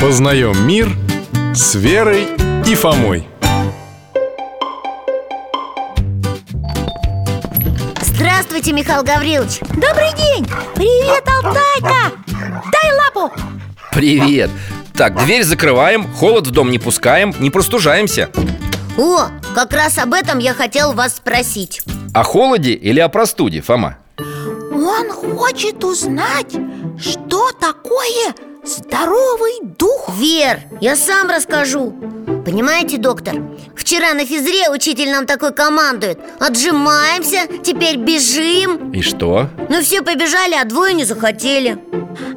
Познаем мир с Верой и Фомой. Здравствуйте, Михаил Гаврилович Добрый день! Привет, Алтайка! Дай лапу! Привет! Так, дверь закрываем, холод в дом не пускаем, не простужаемся О, как раз об этом я хотел вас спросить О холоде или о простуде, Фома? Он хочет узнать, что такое здоровый дух Вер, я сам расскажу Понимаете, доктор, вчера на физре учитель нам такой командует Отжимаемся, теперь бежим И что? Но все побежали, а двое не захотели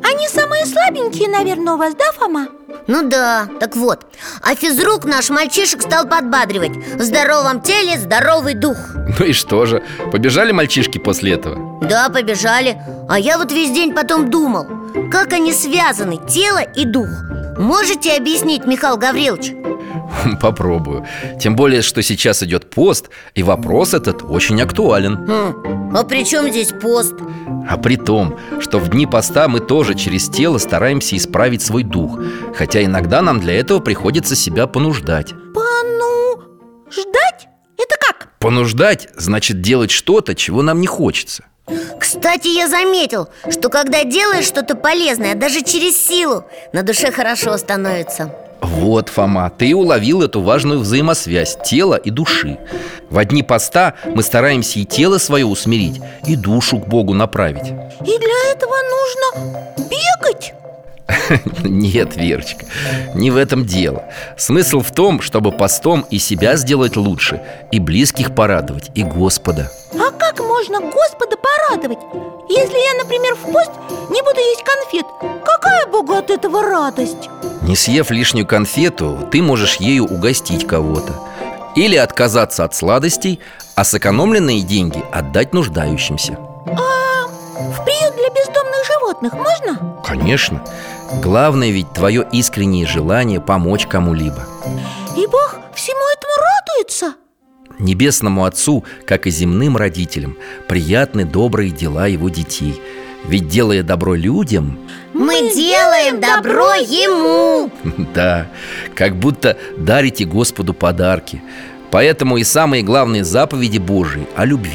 Они самые слабенькие, наверное, у вас, да, Фома? Ну да, так вот А физрук наш мальчишек стал подбадривать В здоровом теле здоровый дух Ну и что же? Побежали мальчишки после этого? Да, побежали А я вот весь день потом думал Как они связаны, тело и дух Можете объяснить, Михаил Гаврилович? Хм, Попробую Тем более, что сейчас идет пост И вопрос этот очень актуален Хм, а при чем здесь пост? А при том, что в дни поста мы тоже через тело стараемся исправить свой дух Хотя иногда нам для этого приходится себя понуждать Пану... ну, ждать? Это как? Понуждать значит делать что-то, чего нам не хочется Кстати, я заметил, что когда делаешь что-то полезное, даже через силу, на душе хорошо становится Вот, Фома, ты уловил эту важную взаимосвязь тела и души В одни поста мы стараемся и тело свое усмирить, и душу к Богу направить И для этого нужно бегать? Нет, Верочка, не в этом дело Смысл в том, чтобы постом и себя сделать лучше И близких порадовать, и Господа А как можно Господа порадовать? Если я, например, в пост не буду есть конфет, какая Богу от этого радость? Не съев лишнюю конфету, ты можешь ею угостить кого-то Или отказаться от сладостей, а сэкономленные деньги отдать нуждающимся А в приют для бездомных животных можно? Конечно Главное ведь твое искреннее желание помочь кому-либо И Бог всему этому радуется? Небесному Отцу, как и земным родителям, приятны добрые дела его детей Ведь делая добро людям, Мы, делаем добро ему да, как будто дарите Господу подарки Поэтому и самые главные заповеди Божии о любви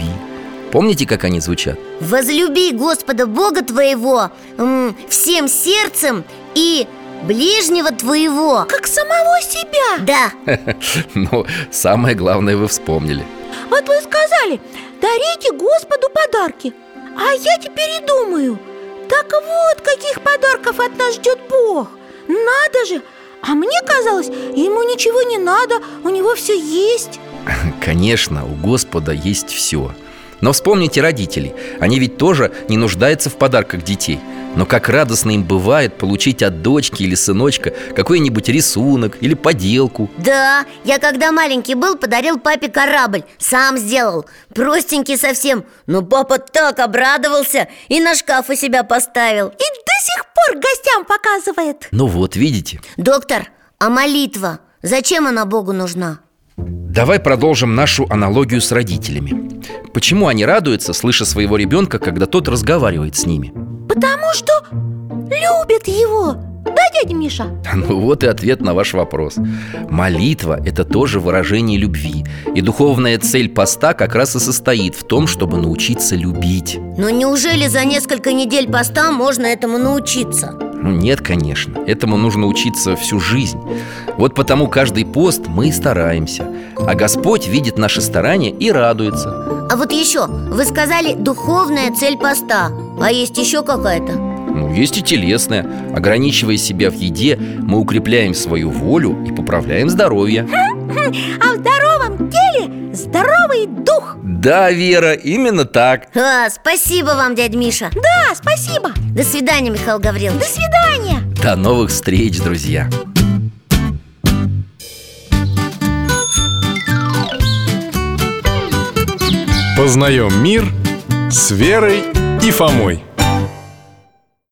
Помните, как они звучат? Возлюби Господа Бога твоего м, всем сердцем и ближнего твоего Как самого себя Да, Ну, самое главное вы вспомнили Вот вы сказали, дарите Господу подарки А я теперь и думаю Так вот, каких подарков от нас ждет Бог Надо же! А мне казалось, ему ничего не надо, у него все есть Конечно, у Господа есть все Но вспомните родителей Они ведь тоже не нуждаются в подарках детей Но как радостно им бывает получить от дочки или сыночка Какой-нибудь рисунок или поделку да Я когда маленький был, подарил папе корабль Сам сделал, простенький совсем Но папа так обрадовался и на шкаф у себя поставил И до сих пор гостям показывает Ну вот, видите Доктор, а молитва? Зачем она Богу нужна? Давай продолжим нашу аналогию с родителями Почему они радуются, слыша своего ребенка, когда тот разговаривает с ними? Потому что любит его Да, дядя Миша? Ну вот и ответ на ваш вопрос Молитва – это тоже выражение любви И духовная цель поста как раз и состоит в том, чтобы научиться любить Но неужели за несколько недель поста можно этому научиться? Ну нет, конечно, этому нужно учиться всю жизнь Вот потому каждый пост мы и стараемся А Господь видит наши старания и радуется А вот еще, вы сказали духовная цель поста А есть еще какая-то? Ну, есть и телесное Ограничивая себя в еде, мы укрепляем свою волю и поправляем здоровье А в здоровом теле здоровый дух Да, Вера, именно так А, спасибо вам, дядь Миша Да, спасибо, До свидания, Михаил Гаврилович до свидания До новых встреч, друзья! Познаем мир с Верой и Фомой.